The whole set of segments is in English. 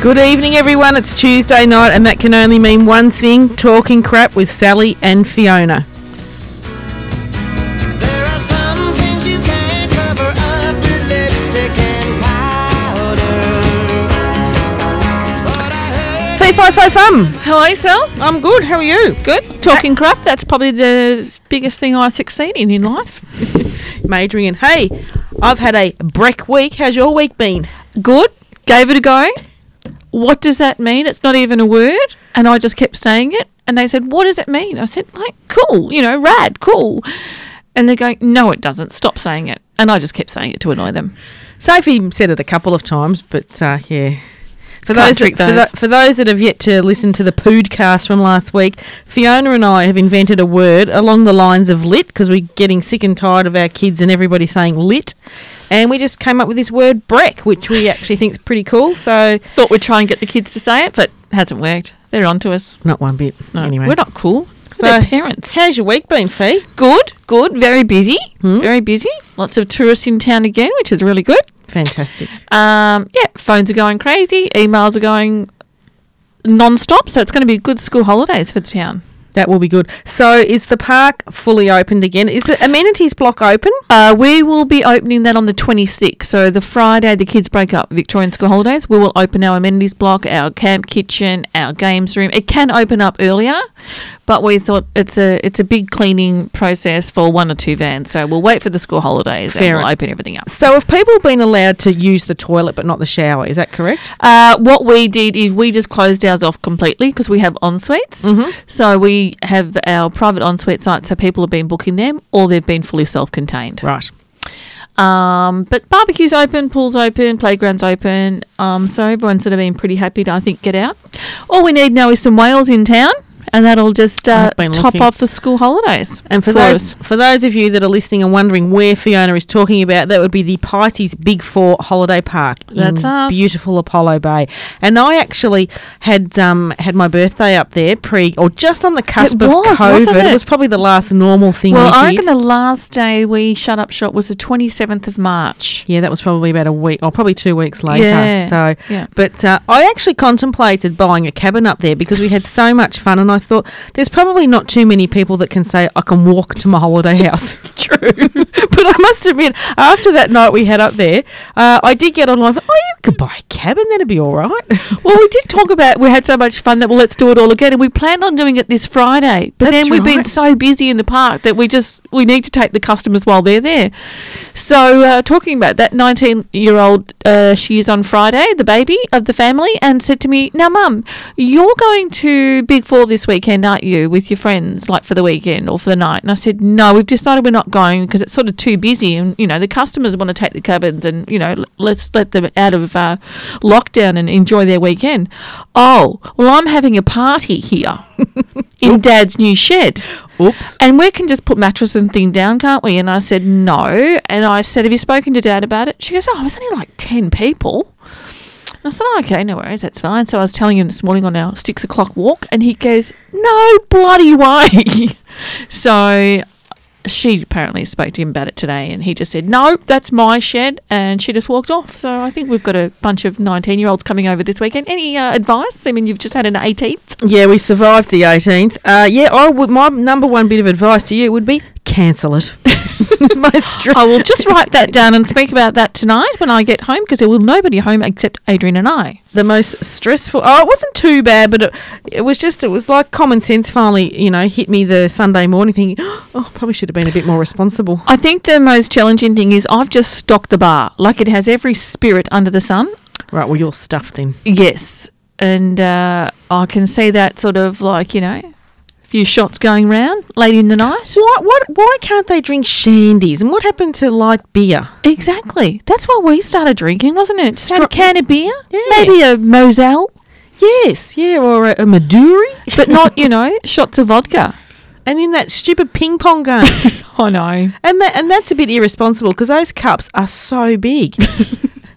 Good evening, everyone. It's Tuesday night, and that can only mean one thing talking crap with Sally and Fiona. There are some things you can't cover up with lipstick and powder. But I heard Fee fi fi fum. Hello, Sal. I'm good. How are you? Good. Talking crap, that's probably the biggest thing I succeed in in life. Majoring in, hey, I've had a break week. How's your week been? Good. Gave it a go. What does that mean? It's not even a word. And I just kept saying it. And they said, What does it mean? I said, Like, cool, you know, rad, cool. And they're going, No, it doesn't. Stop saying it. And I just kept saying it to annoy them. Sophie said it a couple of times, but uh, yeah. For Can't those, that, trick for, those. tho- for those that have yet to listen to the podcast from last week, Fiona and I have invented a word along the lines of lit because we're getting sick and tired of our kids and everybody saying lit. And we just came up with this word breck, which we actually think is pretty cool. So, Thought we'd try and get the kids to say it, but hasn't worked. They're on to us. not one bit. No, anyway. We're not cool. So- We're parents. How's your week been, Fee? Good, good. Very busy. Hmm? Very busy. Lots of tourists in town again, which is really good. Fantastic. Um, yeah, phones are going crazy, emails are going non-stop, so it's going to be good school holidays for the town. That will be good. So, is the park fully opened again? Is the amenities block open? Uh, we will be opening that on the 26th, so the Friday the kids break up Victorian school holidays, we will open our amenities block, our camp kitchen, our games room. It can open up earlier, but we thought it's a it's a big cleaning process for one or two vans, so we'll wait for the school holidays Fair and we'll en- open everything up. So, have people been allowed to use the toilet but not the shower? Is that correct? Uh, what we did is we just closed ours off completely because we have en suites. Mm-hmm. So we have our private en suite sites, so people have been booking them or they've been fully self contained. Right. Um, but barbecues open, pools open, playgrounds open. Um, so everyone's sort of been pretty happy to, I think, get out. All we need now is some whales in town. And that'll just uh, I've been top looking. off the school holidays. And for us. those for those of you that are listening and wondering where Fiona is talking about, that would be the Pisces Big Four Holiday Park That's in us. beautiful Apollo Bay. And I actually had um, had my birthday up there pre or just on the cusp of was, COVID. wasn't it? was probably the last normal thing well, we I did. reckon the last day we shut up shop was the 27th of March. Yeah, that was probably about a week or probably two weeks later. Yeah, So, yeah. but uh, I actually contemplated buying a cabin up there because we had so much fun, and I thought there's probably not too many people that can say I can walk to my holiday house. True, but I must admit, after that night we had up there, uh, I did get online. I thought, oh, you could buy a cabin, that'd be all right. Well, we did talk about we had so much fun that well, let's do it all again, and we planned on doing it this Friday. But That's then we've been right. so busy in the park that we just we need to take the customers while they're there. So uh, talking about that, nineteen-year-old uh, she is on Friday, the baby of the family, and said to me, "Now, Mum, you're going to Big Four this weekend, aren't you, with your friends, like for the weekend or for the night?" And I said, "No, we've decided we're not going because it's sort of too busy, and you know the customers want to take the cabins, and you know l- let's let them out of uh, lockdown and enjoy their weekend." Oh, well, I'm having a party here in Dad's new shed. Oops. And we can just put mattress and thing down, can't we? And I said, no. And I said, have you spoken to dad about it? She goes, oh, it was only like 10 people. And I said, oh, okay, no worries, that's fine. So I was telling him this morning on our six o'clock walk, and he goes, no bloody way. so she apparently spoke to him about it today, and he just said, no, that's my shed. And she just walked off. So I think we've got a bunch of 19 year olds coming over this weekend. Any uh, advice? I mean, you've just had an 18th. Yeah, we survived the 18th. Uh, yeah, I would. My number one bit of advice to you would be cancel it. Most I will just write that down and speak about that tonight when I get home because there will nobody home except Adrian and I. the most stressful. Oh, it wasn't too bad, but it, it was just it was like common sense. Finally, you know, hit me the Sunday morning thinking, oh, probably should have been a bit more responsible. I think the most challenging thing is I've just stocked the bar. Like it has every spirit under the sun. Right, well, you're stuffed then. Yes. And uh, I can see that sort of like, you know, few shots going round late in the night. What? What? Why can't they drink shandies? And what happened to light beer? Exactly. That's what we started drinking, wasn't it? Had a Stro- can of beer, Yeah. maybe a Moselle, Yes, yeah, or a, a Maduri, but not, you know, shots of vodka. and then that stupid ping pong game. I know. And that, and that's a bit irresponsible because those cups are so big.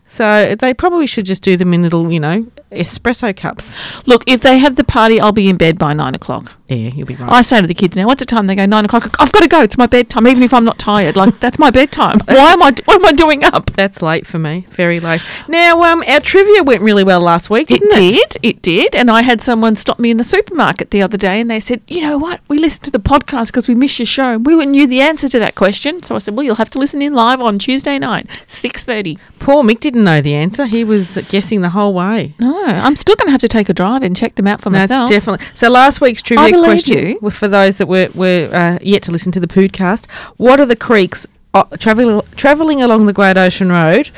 So they probably should just do them in little, you know, espresso cups. Look, if they have the party, I'll be in bed by nine o'clock. Yeah, you'll be right. I say to the kids now, what's the time? They go nine o'clock. I've got to go. It's my bedtime, even if I'm not tired. Like that's my bedtime. Why am I? What am I doing up? That's late for me. Very late. Now, um, our trivia went really well last week, It didn't it? did. It did. And I had someone stop me in the supermarket the other day and they said, You know what? We listened to the podcast because we missed your show and we knew the answer to that question. So I said, Well, you'll have to listen in live on Tuesday night, 6.30. Poor Mick didn't know the answer. He was guessing the whole way. No, I'm still going to have to take a drive and check them out for myself. That's definitely. So last week's trivia believe question you. was for those that were, were uh, yet to listen to the podcast. What are the creeks uh, travel, traveling along the Great Ocean Road?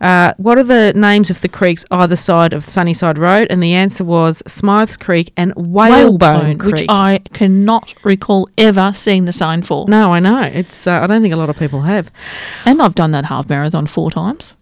Uh, what are the names of the creeks either side of Sunnyside Road? And the answer was Smythe's Creek and Whalebone, Creek. which I cannot recall ever seeing the sign for. no, I know. It's. Uh, I don't think a lot of people have. And I've done that half marathon four times.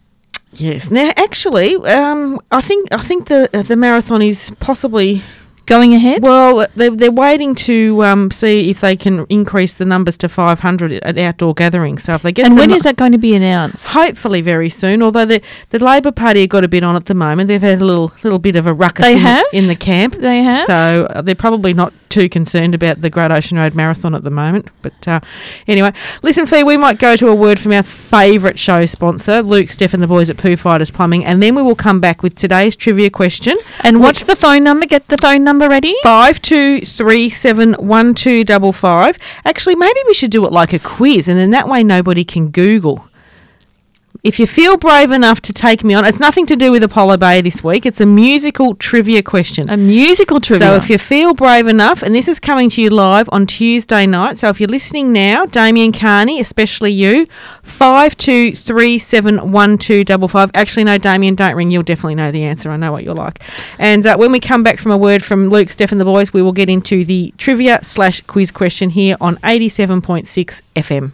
Yes. Now, actually, um, I think I think the uh, the marathon is possibly Going ahead? Well, they're, they're waiting to um, see if they can increase the numbers to 500 at- at outdoor gatherings. So if they get and the when nu- is that going to be announced? Hopefully very soon. Although the the Labor Party have got a bit on at the moment, they've had a little little bit of a ruckus They in, have? in the camp. They have? So uh, they're probably not too concerned about the Great Ocean Road Marathon at the moment. But uh, anyway, listen, Fee, we might go to a word from our favourite show sponsor, Luke, Steph, and the boys at Pooh Fighters Plumbing, and then we will come back with today's trivia question. And what's the phone number? Get the phone number ready. five two three seven one two double five. Actually, maybe we should do it like a quiz, and then that way nobody can Google. If you feel brave enough to take me on, it's nothing to do with Apollo Bay this week. It's a musical trivia question. A musical trivia. So if you feel brave enough, and this is coming to you live on Tuesday night. So if you're listening now, Damien Carney, especially you, five two three seven one two double five. Actually, no, Damien, don't ring. You'll definitely know the answer. I know what you're like. And uh, when we come back from a word from Luke, Steph, and the boys, we will get into the trivia slash quiz question here on eighty seven point six FM.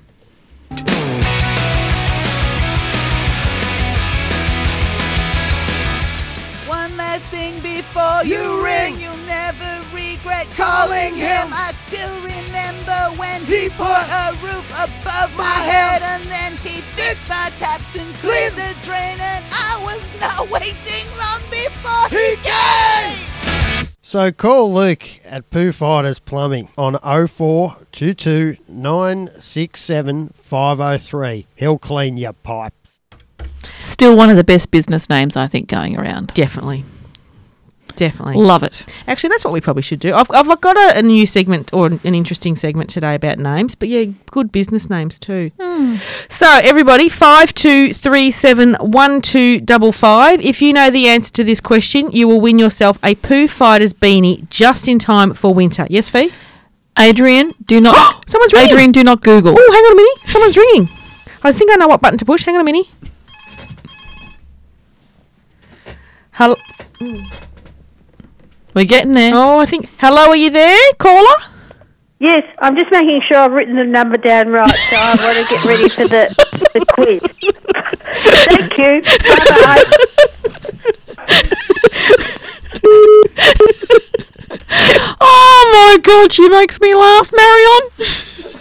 One last thing before you, You ring. ring. You'll never regret Calling calling him. him. I still remember when He he put put a roof above my head, and then he did my taps and cleared the drain, and I was not waiting long before he came. So call Luke at Pooh Fighters Plumbing on 0422 967 503. He'll clean your pipes. Still one of the best business names, I think, going around. Definitely. Definitely. Love it. Actually, that's what we probably should do. I've, I've got a, a new segment or an interesting segment today about names, but yeah, good business names too. So, everybody, five two three seven one two double five. If you know the answer to this question, you will win yourself a Pooh Fighters beanie just in time for winter. Yes, Fee? Adrian, do not. Someone's ringing. Adrian, do not Google. Oh, hang on a minute. Someone's ringing. I think I know what button to push. Hang on a minute. Hello. We're getting there. Oh, I think. Hello, are you there, caller? Yes, I'm just making sure I've written the number down right, so I want to get ready for the, the quiz. Thank you. Bye bye. Oh my god, she makes me laugh, Marion.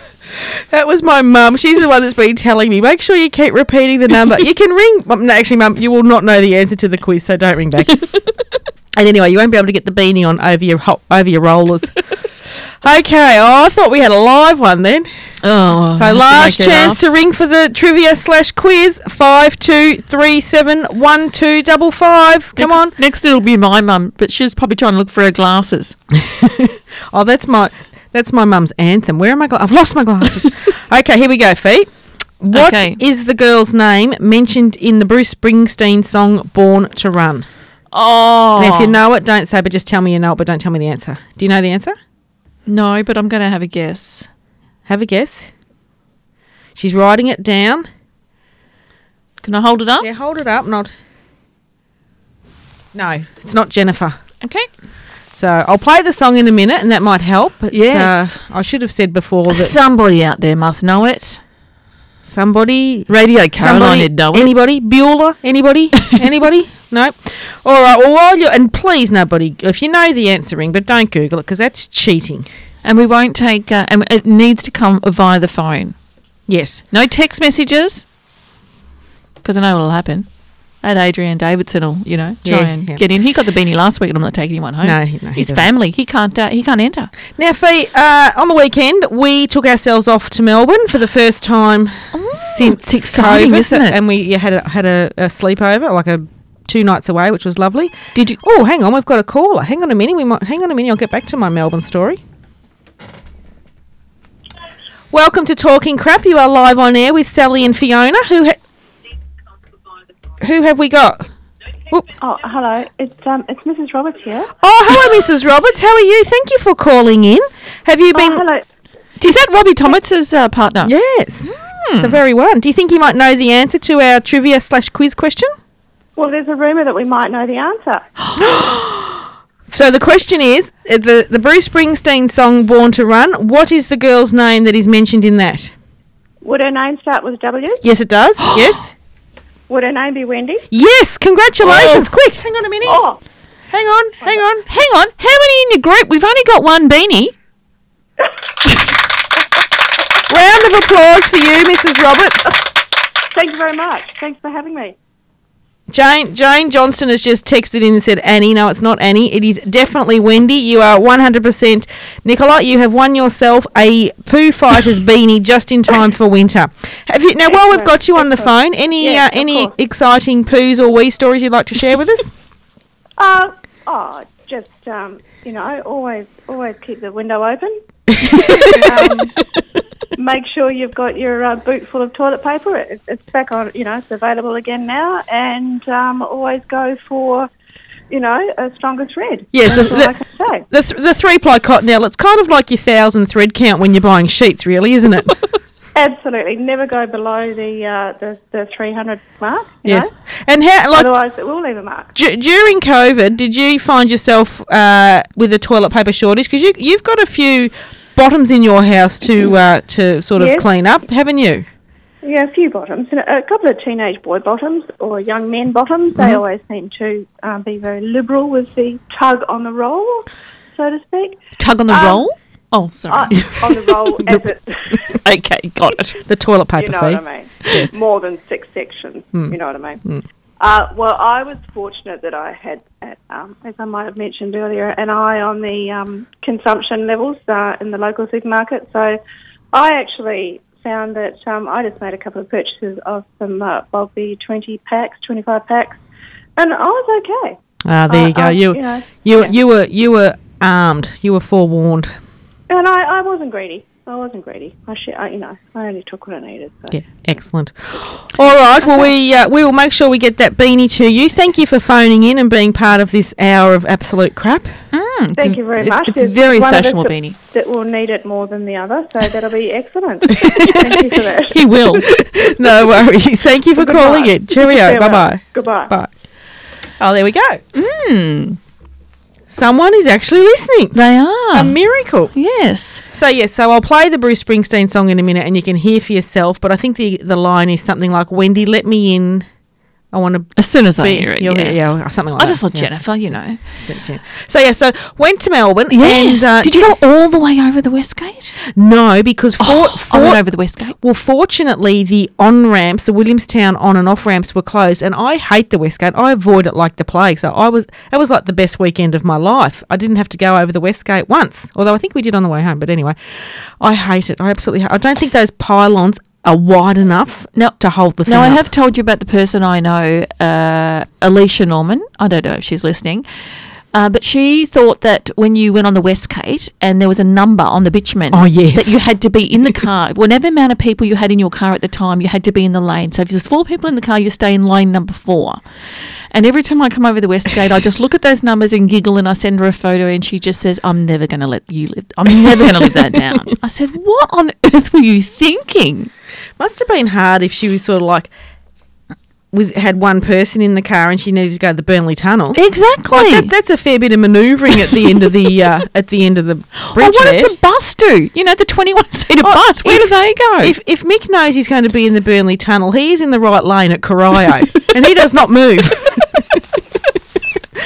That was my mum. She's the one that's been telling me. Make sure you keep repeating the number. You can ring. Well, no, actually, mum, you will not know the answer to the quiz, so don't ring back. and anyway, you won't be able to get the beanie on over your ho- over your rollers. okay. Oh, I thought we had a live one then. Oh, So last chance to ring for the trivia slash quiz five two three seven one two double five. Come on. Next, it'll be my mum, but she's probably trying to look for her glasses. Oh, that's my that's my mum's anthem. Where am I? Gla- I've lost my glasses. okay, here we go, feet. What is Okay. the girl's name mentioned in the Bruce Springsteen song "Born to Run"? Oh, And if you know it, don't say, but just tell me you know it, but don't tell me the answer. Do you know the answer? no, but I'm going to have a guess. Have a guess. She's writing it down. Can I hold it up? Yeah, hold it up. Not. No, it's not Jennifer. Okay. So I'll play the song in a minute, and that might help. But, Yes. uh, I should have said before that Somebody out there must know it. somebody Radio Somebody, would know anybody? Bueller? Anybody? anybody? No. All right. Well, while you and please nobody, if you know the answer, ring, but don't Google it because that's cheating. And we won't take. Uh, and it needs to come via the phone. Yes. No text messages, because I know what'll happen. And Adrian Davidson will, you know, try Yeah, and yeah. get in. He got the beanie last week, and I'm not taking anyone home. No, he- no, he his doesn't. family. He can't. Uh, he can't enter. Now, Fee, uh, on the weekend, we took ourselves off to Melbourne for the first time since it's exciting, COVID, isn't it? And we yeah, had a, had a, a sleepover, like a two nights away, which was lovely. Did you? Oh, hang on, we've got a caller. Hang on a minute. We might hang on a minute. I'll get back to my Melbourne story. Welcome to Talking Crap. You are live on air with Sally and Fiona. Who ha- who have we got? Whoop. Oh, hello. It's um, it's Mrs. Roberts here. Oh, hello, Mrs. Roberts. How are you? Thank you for calling in. Have you been? Oh, hello. Is that Robbie Thomas's uh, partner? Yes, Hmm. the very one. Do you think you might know the answer to our trivia slash quiz question? Well, there's a rumour that we might know the answer. So the question is uh, the the Bruce Springsteen song "Born to Run." What is the girl's name that is mentioned in that? Would her name start with W? Yes, it does. yes, Would her name be Wendy? yes. Congratulations! Quick, hang on a minute. Oh, Hang on, hang on. Hang on. How many in your group? We've only got one beanie. Round of applause for you, Mrs. Roberts. thank you very much. Thanks for having me. Jane Jane Johnston has just texted in and said Annie. No, it's not Annie. It is definitely Wendy. You are one hundred percent Nicola. You have won yourself a Pooh Fighters beanie just in time for winter. Have you now? While we've got you on the phone, any Yes, uh, of any course. exciting poos or wee stories you'd like to share with us? Uh, oh, just um, you know, always always keep the window open. um, make sure you've got your uh, boot full of toilet paper. It, it's back on, you know, it's available again now. And um, always go for, you know, a stronger thread. Yes, that's the- all I can say. The, th- the three ply cottonelle. It's kind of like your thousand thread count when you're buying sheets, really, isn't it? Absolutely, never go below the uh, the, the three hundred mark. you yes. know? And how like Otherwise, it will leave a mark. D- during COVID, did you find yourself uh, with a toilet paper shortage? Because you you've got a few bottoms in your house to uh, to sort of Yes. clean up, haven't you? Yeah, a few bottoms. And a a couple of teenage boy bottoms or young men bottoms. They always seem to um, be very liberal with the tug on the roll, so to speak. Tug on the Um, roll. Oh, Uh, sorry. on the roll as it. okay, got it. The toilet paper you know fee. what I mean? More than six sections. Hmm. You know what I mean? Uh, well, I was fortunate that I had, uh, um, as I might have mentioned earlier, an eye on the um, consumption levels uh, in the local supermarket. So I actually found that um, I just made a couple of purchases of some uh, bulky 20 packs, 25 packs, and I was okay. Ah, there I- you go. I- you you you know, Uh, um, yeah. you were you were armed. You were forewarned. And I, I wasn't greedy. I wasn't greedy. I, sh- I, you know, I only took what I needed. So. Yeah, excellent. All right. Well, we uh, we will make sure we get that beanie to you. Thank you for phoning in and being part of this hour of absolute crap. Thank you very Hmm, it's- much. it's There's very one of us fashionable, that- Beanie. That will need it more than the other, so that'll be excellent. Thank you for that. He will. no worries. Thank you for Goodbye. calling in. Cheerio. Bye bye. Goodbye. Bye. Oh, there we go. Someone is actually listening. Hmm, They are. A miracle. yes. So yes, so I'll play the Bruce Springsteen song in a minute, and you can hear for yourself. But I think the the line is something like, "Wendy, let me in. I want to." As soon as I be hear it, your- yes. yeah, or something like I that. just like Yes. Jennifer, you know. So yeah, so went to Melbourne. Yes. And, uh, Did you go all the way over the west gate? No, because for, for Oh, I went over the west gate. Well, fortunately, the on ramps, the Williamstown on and off ramps, were closed, and I hate the West Gate. I avoid it like the plague. So I was that was like the best weekend of my life. I didn't have to go over the West Gate once, although I think we did on the way home. But anyway, I hate it. I absolutely. Hate, I don't think those pylons are wide enough to hold the thing. Now, I up. have told you about the person I know, uh, Alicia Norman. I don't know if she's listening. Uh, but she thought that when you went on the West Gate and there was a number on the bitumen, Oh, yes. that you had to be in the car. Whatever amount of people you had in your car at the time, you had to be in the lane. So if there's four people in the car, you stay in lane number four. And every time I come over the West Gate, I just look at those numbers and giggle, and I send her a photo, and she just says, "I'm never going to let you live. I'm never going to live that down." I said, "What on earth were you thinking?" Must have been hard if she was sort of like was had one person in the car and she needed to go to the Burnley Tunnel. Exactly. Like, that, that's a fair bit of manoeuvring at the end of the uh, at the end of the bridge. well, what there. does the bus do? You know, the 21 seater Oh, bus, where if- do they go? If, if Mick knows he's going to be in the Burnley Tunnel, he is in the right lane at Corio, and he does not move.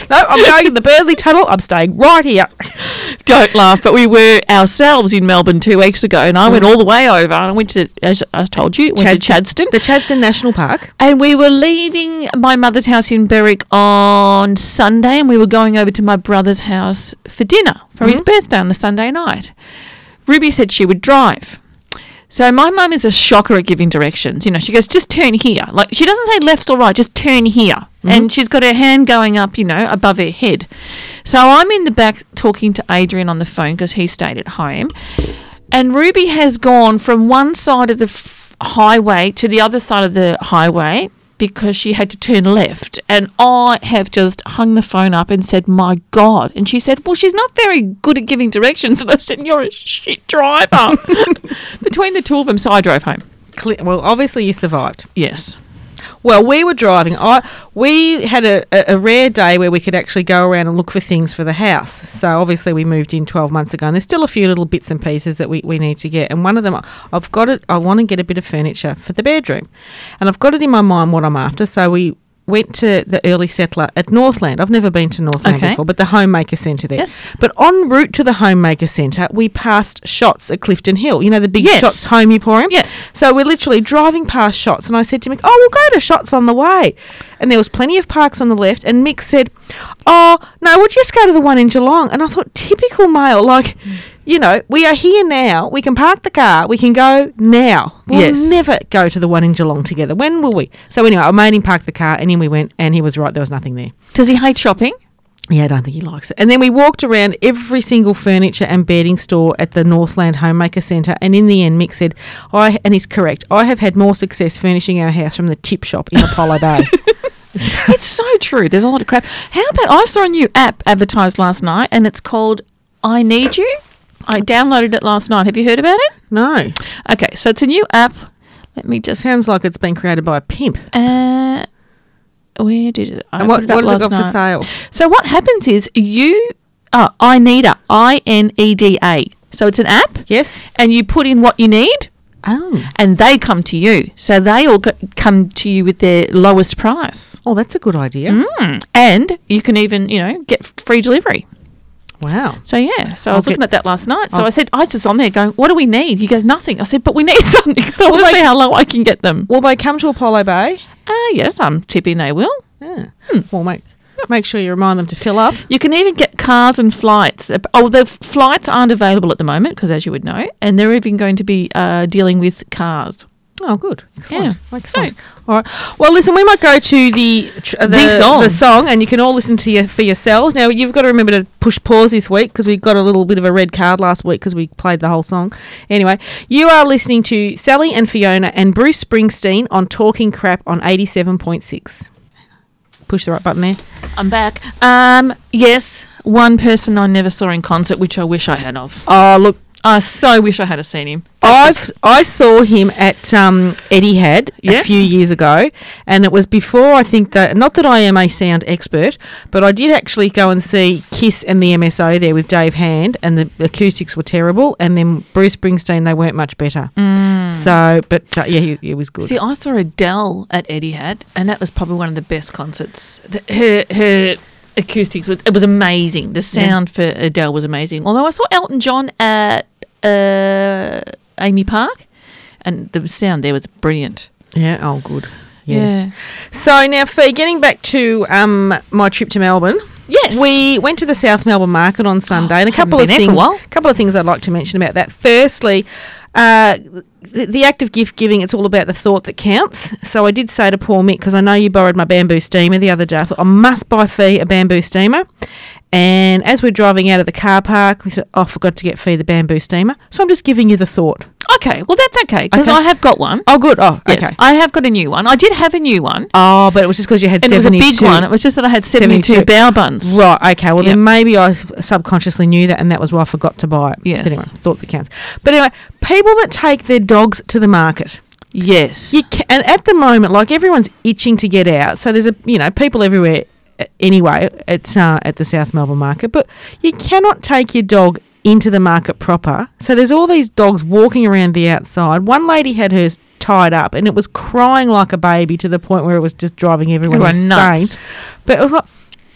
No, I'm going in the Burley Tunnel. I'm staying right here. Don't laugh, but we were ourselves in Melbourne two weeks ago, and I went all the way over. I went to, as I told you, went to Chadston, Mm. The Chadston National Park. and we were leaving my mother's house in Berwick on Sunday, and we were going over to my brother's house for dinner for his birthday on the Sunday night. Ruby said she would drive. So my mum is a shocker at giving directions. You know, she goes, just turn here. Like she doesn't say left or right, just turn here. And she's got her hand going up, you know, above her head. So I'm in the back talking to Adrian on the phone because he stayed at home. And Ruby has gone from one side of the f- highway to the other side of the highway because she had to turn left. And I have just hung the phone up and said, My God. And she said, Well, she's not very good at giving directions. And I said, You're a shit driver. Between the two of them. So I drove home. Cle- Well, obviously you survived. Yes. Well, we were driving. I we had a, a, a rare day where we could actually go around and look for things for the house. So obviously we moved in twelve months ago, and there's still a few little bits and pieces that we, we need to get. And one of them, I've got it. I want to get a bit of furniture for the bedroom, and I've got it in my mind what I'm after. So we went to the early settler at Northland. I've never been to Northland Okay. before, but the Homemaker Centre there. Yes. But en route to the Homemaker Centre, we passed Shots at Clifton Hill. You know the big Yes. Shots Home Emporium. Yes. So we're literally driving past Shots, and I said to Mick, "Oh, we'll go to Shots on the way." And there was plenty of parks on the left, and Mick said, "Oh no, we'll just go to the one in Geelong." And I thought, typical male, like. You know, we are here now. We can park the car. We can go now. We'll Yes. never go to the one in Geelong together. When will we? So anyway, I made him park the car, and in we went, and he was right. There was nothing there. Does he hate shopping? Yeah, I don't think he likes it. And then we walked around every single furniture and bedding store at the Northland Homemaker Centre. And in the end, Mick said, "I and he's correct. I have had more success furnishing our house from the tip shop in Apollo Bay." It's so true. There's a lot of crap. How about I saw a new app advertised last night and it's called I Need You? I downloaded it last night. Have you heard about it? No, Okay, so it's a new app. Let me just. sounds like it's been created by a pimp. Uh, where did it? I And what put it up what has it last got for night. sale? So what happens is you, uh, I need a I N E D A. So it's an app, Yes. and you put in what you need, Oh, and they come to you. So they all go- come to you with their lowest price, oh, that's a good idea. and you can even you know get free delivery. Mm-hmm. Wow. So yeah, so I was get- looking at that last night. So I'll- I said I was just on there going, "What do we need?" You goes, "Nothing." I said, "But we need something." So I want to see how low I can get them. Will they come to Apollo Bay? Ah, yes, I'm tipping they will. Yeah. Hmm. Well, make make sure you remind them to fill up. You can even get cars and flights. Uh, Oh, the f- flights aren't available at the moment because, as you would know, and they're even going to be uh, dealing with cars. Oh, good. Excellent. Yeah. Excellent. All right. Well, listen, we might go to the tr- uh, the, song. the song, and you can all listen to your, for yourselves. Now, you've got to remember to push pause this week because we got a little bit of a red card last week because we played the whole song. Anyway, you are listening to Sally and Fiona and Bruce Springsteen on Talking Crap on eighty-seven point six. Push the right button there. I'm back. Um, yes, one person I never saw in concert, which I wish I had of. Oh, look. I so wish I had have seen him. I I saw him at um, Eddie Had Yes. a few years ago, and it was before I think that not that I am a sound expert, but I did actually go and see Kiss and the MSO there with Dave Hand, and the acoustics were terrible, and then Bruce Springsteen they weren't much better. So, but uh, yeah, he, he was good. Mm. See, I saw Adele at Eddie Hat, and that was probably one of the best concerts. The, her her acoustics was it was amazing. The sound for Adele was amazing. Although I saw Elton John at uh, Amy Park, and the sound there was brilliant. yeah, oh, good. Yes. So now, Fee, getting back to um, my trip to Melbourne. Yes. We went to the South Melbourne Market on Sunday, and a couple been of there for a things. while. couple of things I'd like to mention about that. Firstly, uh, the, the act of gift giving. It's all about the thought that counts. So I did say to Paul Mick because I know you borrowed my bamboo steamer the other day. I thought I must buy Fee a bamboo steamer. And as we're driving out of the car park, we said, "Oh, I forgot to get Fee the bamboo steamer." So I'm just giving you the thought. Okay. Well, that's okay because Okay. I have got one. Oh, good. Oh, Yes, okay. I have got a new one. I did have a new one, Oh, but it was just because you had and it was a 72. big one. It was just that I had seventy-two, 72. bow buns. Right. Okay. Well, Yep. then maybe I s- subconsciously knew that, and that was why I forgot to buy it. Yes. So anyway, thought that counts. But anyway, people that take their dogs to the market. Yes. You can, and at the moment, like everyone's itching to get out, so there's a you know people everywhere. uh, Anyway, it's uh, at the South Melbourne market, but you cannot take your dog into the market proper. So there's all these dogs walking around the outside. One lady had hers tied up, and it was crying like a baby to the point where it was just driving everyone Everyone insane. nuts. But it was like.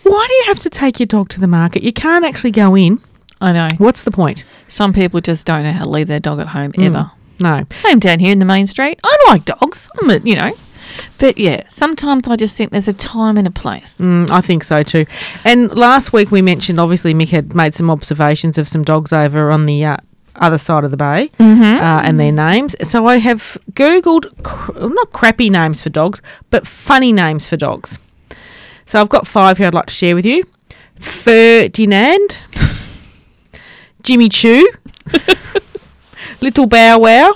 Why do you have to take your dog to the market? You can't actually go in. I know. What's the point? Mm. Some people just don't know how to leave their dog at home ever. No. Same down here in the main street. I like dogs. I'm a, you know. But yeah, sometimes I just think there's a time and a place. Mm, I think so too. And last week we mentioned, obviously, Mick had made some observations of some dogs over on the uh, other side of the bay uh, and their names. So I have Googled, cr- not crappy names for dogs, but funny names for dogs. So I've got five here I'd like to share with you Ferdinand, Jimmy Choo, Little Bow Wow,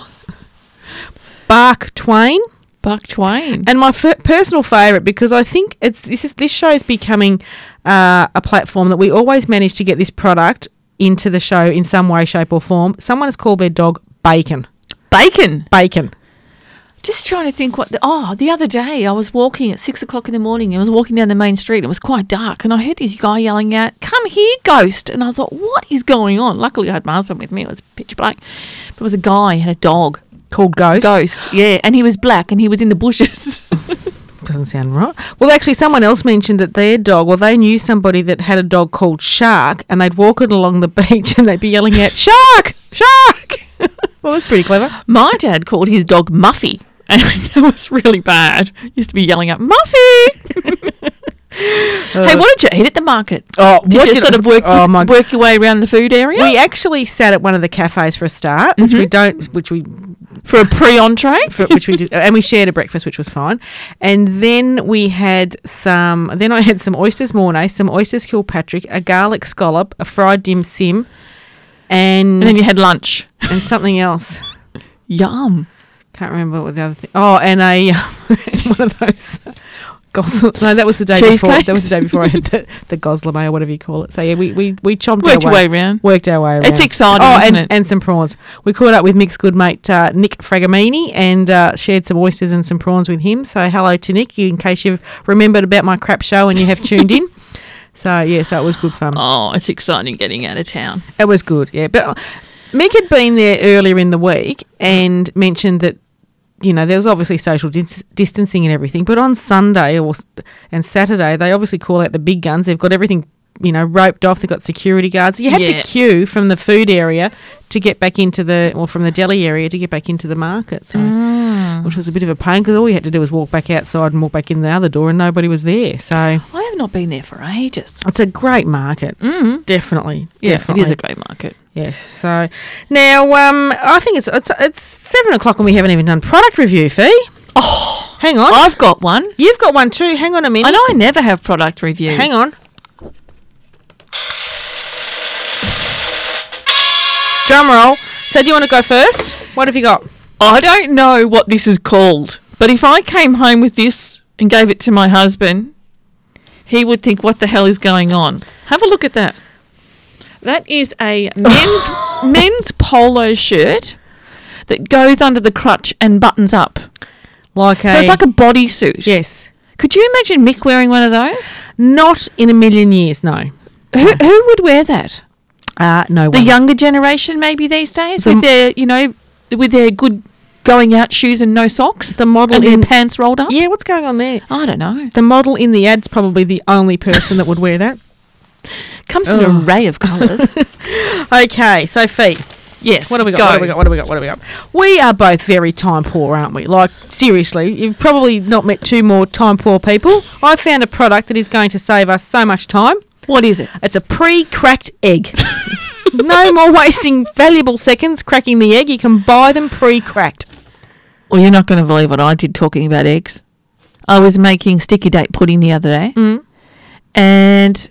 Bark Twain. Buck Twain. And my f- personal favourite, because I think it's this is this show is becoming uh, a platform that we always manage to get this product into the show in some way, shape, or form. Someone has called their dog Bacon. Bacon. Bacon. Just trying to think what. The, oh, the other day I was walking at six o'clock in the morning. I was walking down the main street. It was quite dark, and I heard this guy yelling out, "Come here, ghost!" And I thought, "What is going on?" Luckily, I had my husband with me. It was pitch black. But it was a guy had a dog, Called Ghost. ghost. Yeah, and he was black, and he was in the bushes. Doesn't sound right. Well, actually, someone else mentioned that their dog, well, they knew somebody that had a dog called Shark, and they'd walk it along the beach and they'd be yelling out, Shark! Shark! well, that's pretty clever. my dad called his dog Muffy, and it was really bad. He used to be yelling out, "Muffy!" hey, Uh, what did you eat at the market? Oh, Did you sort of work oh, my work your way around the food area We actually sat at one of the cafes for a start, which we don't, which we, for a pre-entree? for, which we did, and we shared a breakfast, which was fine. And then we had some. Then I had some oysters Mornay, some oysters Kilpatrick, a garlic scallop, a fried dim sim, and and then you had lunch. and something else. Yum. Can't remember what the other thing. Oh, and a um, one of those. Gosl- no, that was the day before. That was the day before I had the, the goslame or whatever you call it. So yeah, we we we chomped Worked our your way around. Worked our way around. It's exciting, Oh, isn't and, it? and some prawns. We caught up with Mick's good mate uh, Nick Fragamini and uh, shared some oysters and some prawns with him. So hello to Nick, you- in case you've remembered about my crap show and you have tuned in. So yeah, so it was good fun. Oh, it's exciting getting out of town. It was good, yeah. But uh, Mick had been there earlier in the week and mentioned that you know there was obviously social dis- distancing and everything. But on Sunday or s- and Saturday, they obviously call out the big guns. They've got everything you know roped off. They've got security guards. You have Yeah. to queue from the food area to get back into the or from the deli area to get back into the market. So. Mm. Which was a bit of a pain because all you had to do was walk back outside and walk back in the other door, and nobody was there. So I have not been there for ages. it's a great market, mm. definitely. Yeah, it definitely. is a great market. Yes. So now, um, I think it's it's it's seven o'clock and we haven't even done product review. Fee. Oh, hang on. I've got one, You've got one too. Hang on a minute. and I never have product reviews. Hang on. Drum roll. So, do you want to go first? What have you got? I don't know what this is called, but if I came home with this and gave it to my husband, he would think, "What the hell is going on?" Have a look at that. That is a men's men's polo shirt that goes under the crutch and buttons up. Like a, So it's like a bodysuit. yes. Could you imagine Mick wearing one of those? Not in a million years. No. Who, who would wear that? Uh, no. The one. younger generation, maybe these days, The m- with their you know, with their good going out shoes and no socks. The model and their in- pants rolled up. Yeah. What's going on there? I don't know. The model in the ad's probably the only person that would wear that. Comes in an array of colours. Okay, so Fee, yes. What do we got? go. What do we got? What do we got? What do we got? We are both very time poor, aren't we? Like seriously, you've probably not met two more time poor people. I found a product that is going to save us so much time. What is it? It's a pre-cracked egg. no more wasting valuable seconds cracking the egg. You can buy them pre-cracked. Well, you're not going to believe what I did talking about eggs. I was making sticky date pudding the other day, and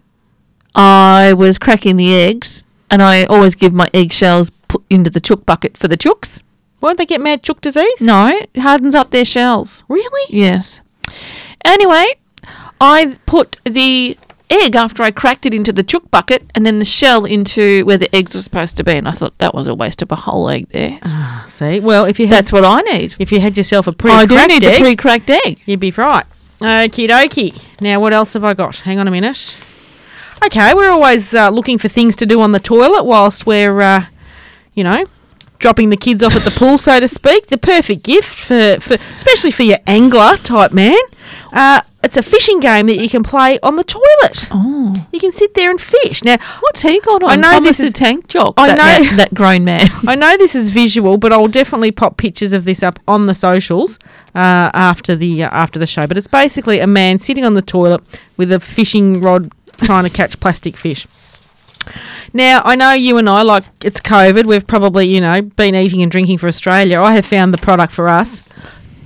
I was cracking the eggs. And I always give my eggshells put into the chook bucket for the chooks. Won't they get mad chook disease? No, it hardens up their shells. Really? Yes. Anyway, I put the egg after I cracked it into the chook bucket and then the shell into where the eggs were supposed to be. And I thought that was a waste of a whole egg there. See, well, if you had, That's what I need. if you had yourself a I pre-cracked do need egg, a pre cracked egg. You'd be right. Okie dokie. Now, what else have I got? Hang on a minute. Okay, we're always uh, looking for things to do on the toilet whilst we're, uh, you know, dropping the kids off at the pool, so to speak. The perfect gift for, for especially for your angler type man. Uh, it's a fishing game that you can play on the toilet. Oh. You can sit there and fish. Now, What's he got on? I know Thomas this is- tank jock. I that know- man- that grown man. I know this is visual, but I'll definitely pop pictures of this up on the socials uh, after the uh, after the show. But it's basically a man sitting on the toilet with a fishing rod trying to catch plastic fish. Now I know you and I like it's COVID. We've probably you know been eating and drinking for Australia. I have found the product for us: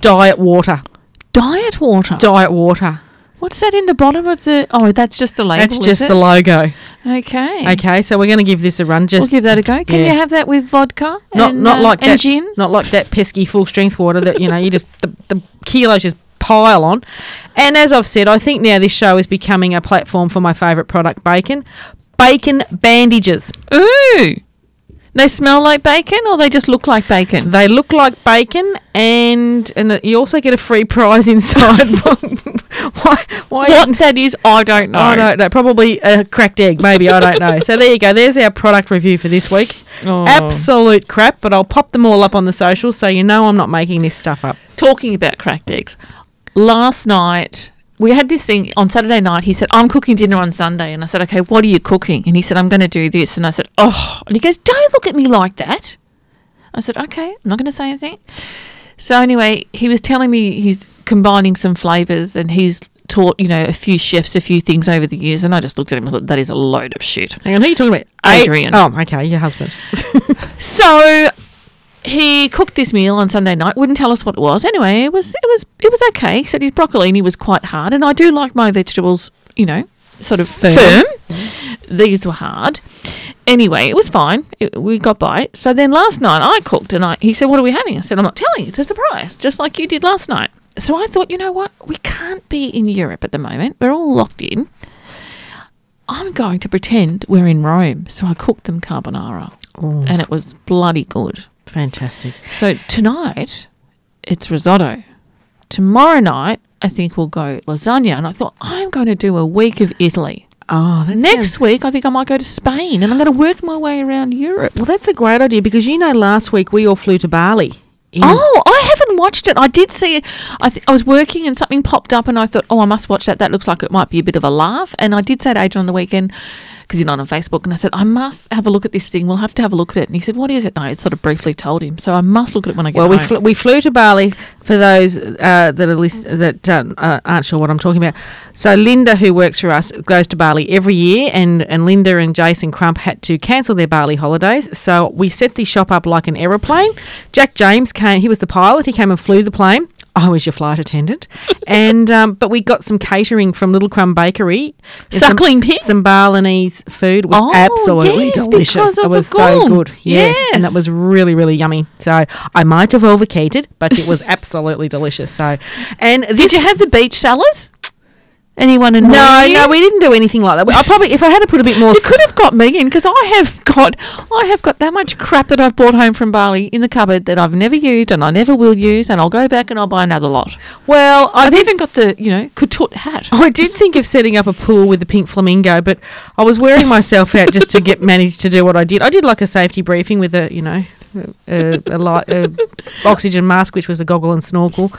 diet water. Diet water. Diet water. What's that in the bottom of the? Oh, that's just the label. That's is just it? the logo. Okay. Okay, so we're going to give this a run. We'll Just give that a go. Can yeah. you have that with vodka? not and, not uh, like and that, gin. not like that pesky full strength water that you know you just the, the kilos just pile on. And as I've said, I think now this show is becoming a platform for my favourite product, bacon, bacon bandages. Ooh. They smell like bacon, or they just look like bacon. They look like bacon, and and you also get a free prize inside. why? Why? What that is, I don't know. I don't know. Probably a cracked egg, maybe. I don't know. So there you go. There's our product review for this week. Oh. Absolute crap, but I'll pop them all up on the socials so you know I'm not making this stuff up. talking about cracked eggs, last night we had this thing on Saturday night. He said, I'm cooking dinner on Sunday. And I said, Okay, what are you cooking? And he said, I'm going to do this. And I said, Oh. And he goes, Don't look at me like that. I said, Okay, I'm not going to say anything. So anyway, he was telling me he's combining some flavors and he's taught, you know, a few chefs a few things over the years. And I just looked at him and thought, That is a load of shit. Hang on, who are you talking about? Adrian. Oh, okay, your husband. So he cooked this meal on Sunday night. Wouldn't tell us what it was. Anyway, it was it was it was okay. Except his broccolini was quite hard, and I do like my vegetables, you know, sort of firm. These were hard. Anyway, it was fine. It, we got by. it. So then last night I cooked, and I he said, "What are we having?" I said, "I'm not telling. you. It's a surprise, just like you did last night." So I thought, you know what? We can't be in Europe at the moment. We're all locked in. I'm going to pretend we're in Rome. So I cooked them carbonara. And it was bloody good. Fantastic. So tonight, it's risotto. Tomorrow night, I think we'll go lasagna. And I thought, I'm going to do a week of Italy. Oh, that Next week, I think I might go to Spain and I'm going to work my way around Europe. well, that's a great idea because you know, last week we all flew to Bali. In- Oh, I haven't watched it. I did see it. I, th- I was working and something popped up and I thought, oh, I must watch that. That looks like it might be a bit of a laugh. And I did say to Adrian on the weekend, because he's not on Facebook, and I said, I must have a look at this thing. We'll have to have a look at it. And he said, what is it? And I had sort of briefly told him. So I must look at it when I get Well, we home. flew, we flew to Bali for those uh, that are list- that um, uh, aren't sure what I'm talking about. So Linda, who works for us, goes to Bali every year, and, and Linda and Jason Crump had to cancel their Bali holidays. So we set the shop up like an aeroplane. Jack James came; he was the pilot. He came and flew the plane. I was your flight attendant, and um, but we got some catering from Little Crumb Bakery, Some- Suckling pig? some Balinese food was Oh, absolutely yes, delicious. because it of the was so gourd. good. Yes. and it Yes. was really really yummy so i might have overcated but it was absolutely delicious so and Did this you have the beach salads? Anyone in no no we didn't do anything like that i probably if i had to put a bit more You could have got me in because I have got I have got that much crap that I've brought home from Bali in the cupboard that I've never used and I never will use and I'll go back and I'll buy another lot. well i I've did even got the you know couture hat. I did think of setting up a pool with the pink flamingo, but I was wearing myself out just to get managed to do what I did. I did like a safety briefing with a, you know, a, a, light, a oxygen mask, which was a goggle and snorkel,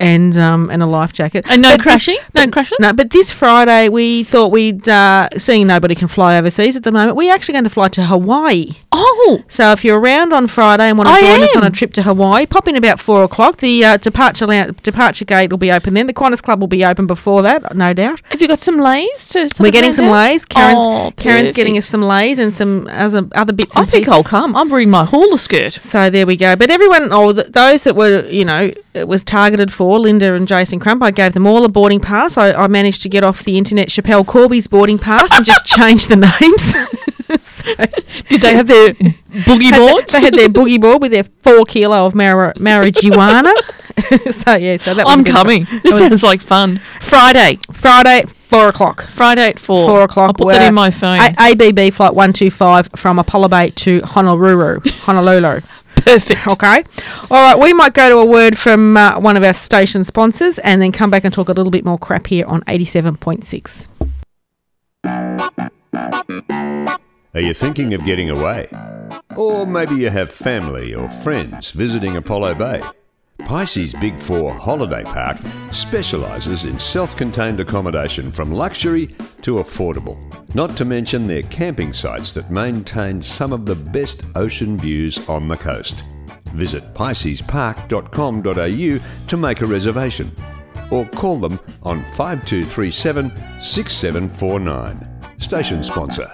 and um, and a life jacket. And no But this- crashing? No but- crashes? No, but this Friday we thought we'd, uh, seeing nobody can fly overseas at the moment, we're actually going to fly to Hawaii. Oh, So if you're around on Friday and want to I join us am. on a trip to Hawaii, pop in about four o'clock. The uh, departure la- departure gate will be open then. The Qantas Club will be open before that, no doubt. have you got some lays? To We're getting some lays. Karen's Oh, Karen's getting perfect. us some lays and some other, other bits. I And think pieces. I'll come. I'm wearing my hauler skirt. So there we go. But everyone, all th those that were, you know, it was targeted for Linda and Jason Crump. I gave them all a boarding pass. I, I managed to get off the internet Chappelle Corby's boarding pass and just change the names. Did they have their boogie boards? they had their boogie board with their four kilo of mari- marijuana. so yeah, so that was a I'm good- coming. This sounds like fun. Friday, Friday, four o'clock. Friday at four. Four o'clock. I'll put that uh, in my phone. A- ABB flight one two five from Apollo Bay to Honolulu. Honolulu. Perfect. Okay. All right. We might go to a word from uh, one of our station sponsors and then come back and talk a little bit more crap here on 87.6. Are you thinking of getting away? Or maybe you have family or friends visiting Apollo Bay. Pisces Big Four Holiday Park specialises in self contained accommodation from luxury to affordable, not to mention their camping sites that maintain some of the best ocean views on the coast. Visit piscespark.com.au to make a reservation or call them on 5237 6749. Station sponsor.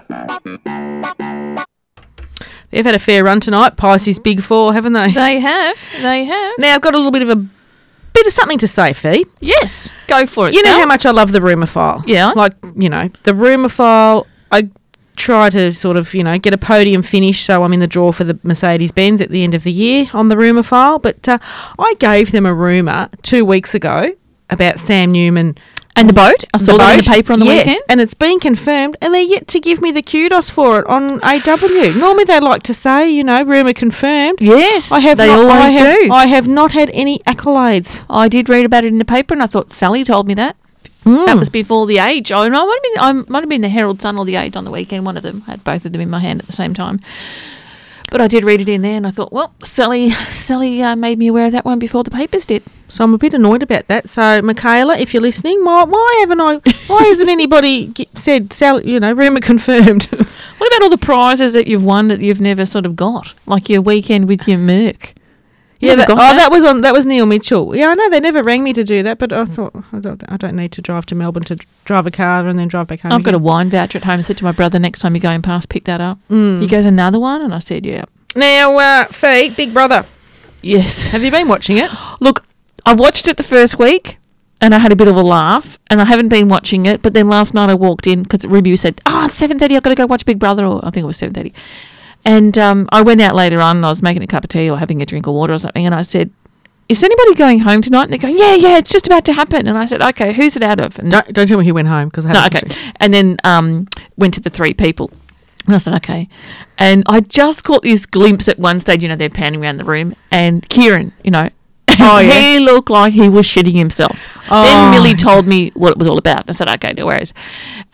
They've had a fair run tonight, Pisces Big Four, haven't they? They have. They have. now, I've got a little bit of a bit of something to say, Fee. Yes. Go for it. You know Sal. how much I love the rumour file. Yeah. Like, you know, the rumour file, I try to sort of, you know, get a podium finish so I'm in the draw for the Mercedes Benz at the end of the year on the rumour file. But uh, I gave them a rumour two weeks ago about Sam Newman. And the boat. I saw that in the boat. paper on the Yes, weekend. And it's been confirmed, and they're yet to give me the kudos for it on AW. Normally they like to say, you know, rumour confirmed. Yes. I have They not, I always have- do. I have not had any accolades. I did read about it in the paper, and I thought Sally told me that. Hmm. That was before the age. Oh, no, I might have been. I might have been the Herald Sun or the Age on the weekend. One of them I had both of them in my hand at the same time. But I did read it in there, and I thought, well, Sally, Sally uh, made me aware of that one before the papers did. So I'm a bit annoyed about that. So Michaela, if you're listening, why, why haven't I? Why hasn't anybody g said Sal? You know, rumor confirmed. What about all the prizes that you've won that you've never sort of got, like your weekend with your Merc? yeah, never that, got oh, that? that? was on. That was Neil Mitchell. Yeah, I know they never rang me to do that, but I thought I don't. I don't need to drive to Melbourne to drive a car and then drive back home. I've got a wine voucher at home. I said to my brother, next time you're going past, pick that up. Hmm. He goes, another one? And I said, yeah. a now. Uh, Fee, Big Brother. Yes. Have you been watching it? Look, I watched it the first week and I had a bit of a laugh and I haven't been watching it. But then last night I walked in because Ruby said, oh, it's 7.30, I've got to go watch Big Brother. Or I think it was 7.30. And um, I went out later on and I was making a cup of tea or having a drink of water or something. And I said, is anybody going home tonight? And they're going, yeah, yeah, it's just about to happen. And I said, okay, who's it out of? And Don't, don't tell me he went home because I No, haven't. okay. watched it. And then um, went to the three people. And I said, okay. And I just caught this glimpse at one stage, you know, they're panning around the room, and Kieran, you know, Oh, he looked like he was shitting himself. Then Millie told me what it was all about. I said, okay, no worries.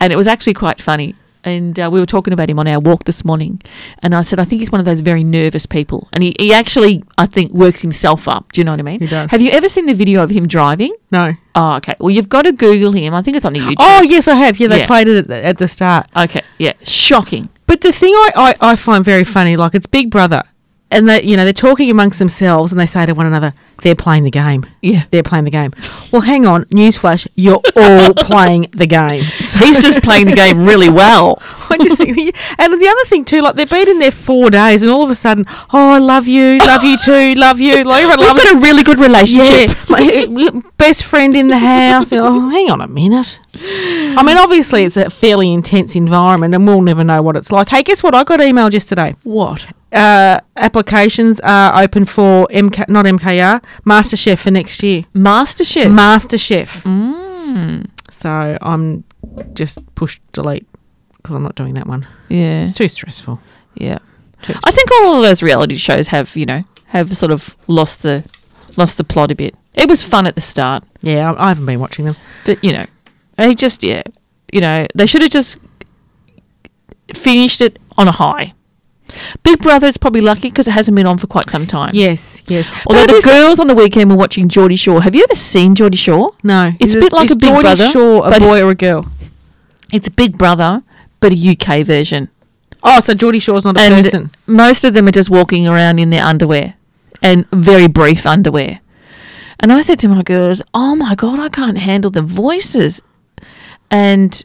And it was actually quite funny. And uh, we were talking about him on our walk this morning. And I said, I think he's one of those very nervous people. And he, he actually, I think, works himself up. Do you know what I mean? He does. Have you ever seen the video of him driving? No. Oh, okay. Well, you've got to Google him. I think it's on the YouTube. Oh yes, I have. Yeah, they Yeah. played it at the, at the start. Okay, yeah, shocking. But the thing I, I, I find very funny, like it's Big Brother, and they you know they're talking amongst themselves and they say to one another, "They're playing the game." Yeah. they're playing the game. Well, hang on, newsflash, you're all playing the game. So He's just playing the game really well. I just think- and the other thing too, like they've been in there four days, and all of a sudden, oh, I love you, love you too, love you. Like everyone We've loves got a really good relationship. yeah, my eh, best friend in the house. Oh, hang on a minute. I mean, obviously, it's a fairly intense environment, and we'll never know what it's like. Hey, guess what? I got emailed yesterday. What? Uh, applications are open for MK, not MKR, MasterChef for next year. MasterChef. MasterChef. Mm. So I'm just push delete because I'm not doing that one. yeah, It's too stressful. yeah. I think all of those reality shows have, you know, have sort of lost the lost the plot a bit. It was fun at the start, Yeah, I, I haven't been watching them. but you know, they just yeah, you know, they should have just finished it on a high. Big Brother is probably lucky because it hasn't been on for quite some time. Yes, yes. Although But it the is- girls on the weekend were watching Geordie Shore. Have you ever seen Geordie Shore? no, It's is a it- bit like is a Big Geordie Brother, Shore, a but- boy or a girl. It's Big Brother, but a UK version. Oh, so Geordie Shore's not a and person. most of them are just walking around in their underwear and very brief underwear. And I said to my girls, "Oh my god, I can't handle the voices and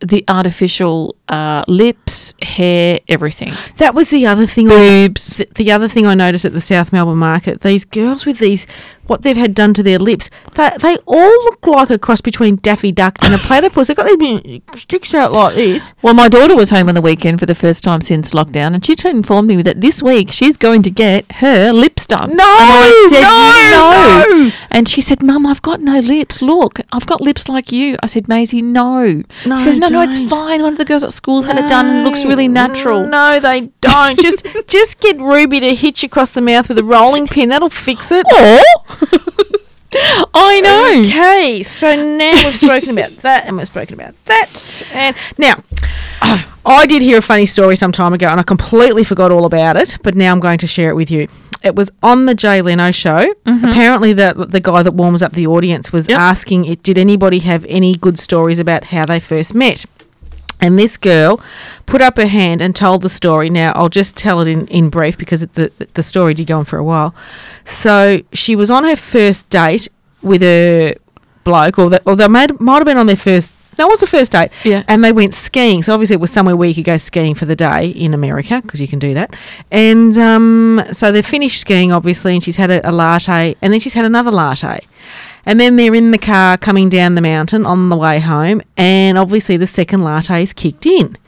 the artificial uh, lips, hair, everything." That was the other thing. Boobs. The, the other thing I noticed at the South Melbourne market, these girls with these, what they've had done to their lips, they, they all look like a cross between Daffy Duck and a platypus. They've got their big sticks out like this. Well, my daughter was home on the weekend for the first time since lockdown, and she t- informed me that this week she's going to get her lips done. No, no, no. And she said, "Mum, I've got no lips. Look, I've got lips like you." I said, "Maisie, no." No, she goes, "No, no, it's don't. fine. One of the girls at school's had it done. and It looks really natural." No, they don't. just just get Ruby to hit you across the mouth with a rolling pin. That'll fix it. I know. Okay, so now we've spoken about that and we've spoken about that. And now I did hear a funny story some time ago and I completely forgot all about it, but now I'm going to share it with you. It was on the Jay Leno show. Apparently, the, the guy that warms up the audience was Mm-hmm. Yep. asking it, did anybody have any good stories about how they first met? And this girl put up her hand and told the story. Now, I'll just tell it in, in brief because it, the, the story did go on for a while. So she was on her first date with a bloke, or, that, or they might, might have been on their first. No, it was the first date. Yeah. And they went skiing. So obviously it was somewhere where you could go skiing for the day in America because you can do that. And um, so they finished skiing, obviously, and she's had a, a latte, and then she's had another latte. And then they're in the car coming down the mountain on the way home, and obviously the second latte's kicked in.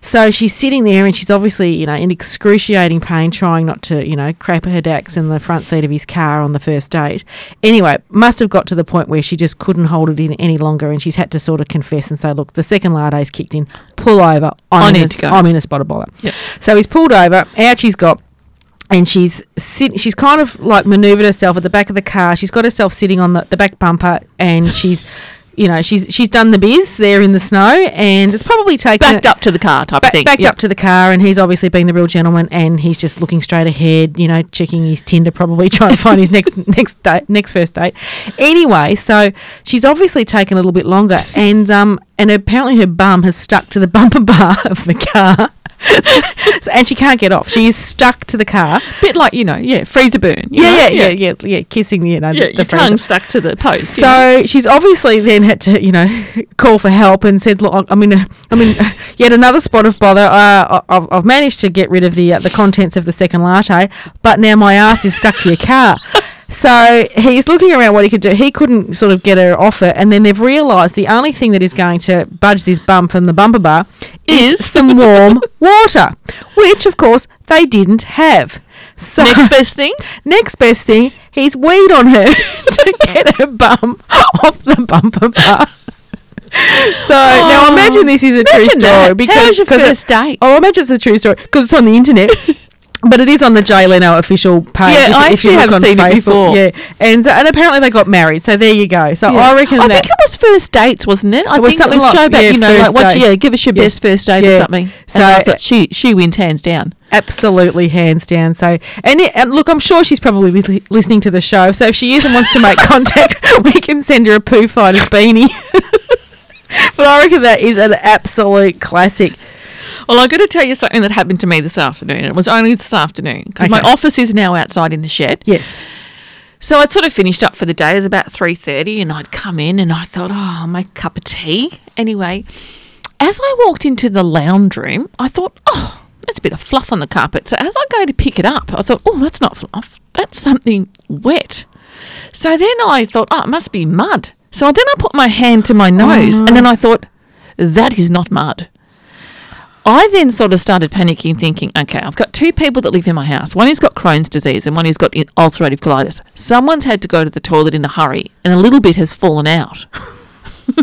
So she's sitting there and she's obviously, you know, in excruciating pain, trying not to, you know, crap her dacks in the front seat of his car on the first date. Anyway, must have got to the point where she just couldn't hold it in any longer and she's had to sort of confess and say, look, the second latte's kicked in, pull over. I'm, I in, need a, to go." am in a spot of bother. Yep. So he's pulled over, out she's got, and she's sit- she's kind of like maneuvered herself at the back of the car. She's got herself sitting on the, the back bumper, and she's, you know, she's she's done the biz there in the snow, and it's probably taken Backed up to the car type Ba- of thing. backed Yep. up to the car, and he's obviously been the real gentleman, and he's just looking straight ahead, you know, checking his Tinder, probably trying to find his next next date, next first date. Anyway, so she's obviously taken a little bit longer, and um, and apparently her bum has stuck to the bumper bar of the car, So- and she can't get off. She is stuck to the car. bit like you know, yeah, freezer burn. you know? Yeah, yeah, yeah, yeah, yeah, kissing, you know, Yeah, the, your the freezer. tongue stuck to the post. you know. So she's obviously then had to, you know, call for help and said, "Look, I'm in, a, I'm in yet another spot of bother. Uh, I- I've, I've managed to get rid of the uh, the contents of the second latte, but now my ass is stuck to your car." So he's looking around what he could do. He couldn't sort of get her off it, and then they've realised the only thing that is going to budge this bum from the bumper bar is some warm water, which of course they didn't have. So next best thing. Next best thing, he's weed on her to get her bum off the bumper bar. So now imagine this is a true Oh, Imagine story that. How because was your 'cause it- first date? Oh, imagine it's a true story because it's on the internet. But it is on the Jay Leno official page. Yeah, if- I if you actually look have on seen it Facebook. before. Yeah, and uh, and apparently they got married. So there you go. So Yeah. I reckon I that think it was first dates, wasn't it? I was think it something was like- show back, yeah, you know, first like what's date. yeah, give us your Yeah. best first date Yeah. or something. So- and I thought she she wins hands down. Absolutely, hands down. So, and, it, and look, I'm sure she's probably li- listening to the show. So, if she is and wants to make contact, we can send her a poo fighter's beanie. but I reckon that is an absolute classic. Well, I got to tell you something that happened to me this afternoon. It was only this afternoon 'cause my Okay. office is now outside in the shed. Yes. So I'd sort of finished up for the day. It was about three thirty, and I'd come in and I thought, oh, I'll make a cup of tea. Anyway, as I walked into the lounge room, I thought, oh, that's a bit of fluff on the carpet. So as I go to pick it up, I thought, oh, that's not fluff. That's something wet. So then I thought, oh, it must be mud. So then I put my hand to my nose, and then I thought, that is not mud. I then sort of started panicking, thinking, okay, I've got two people that live in my house. One who's got Crohn's disease and one who's got i- ulcerative colitis. Someone's had to go to the toilet in a hurry and a little bit has fallen out.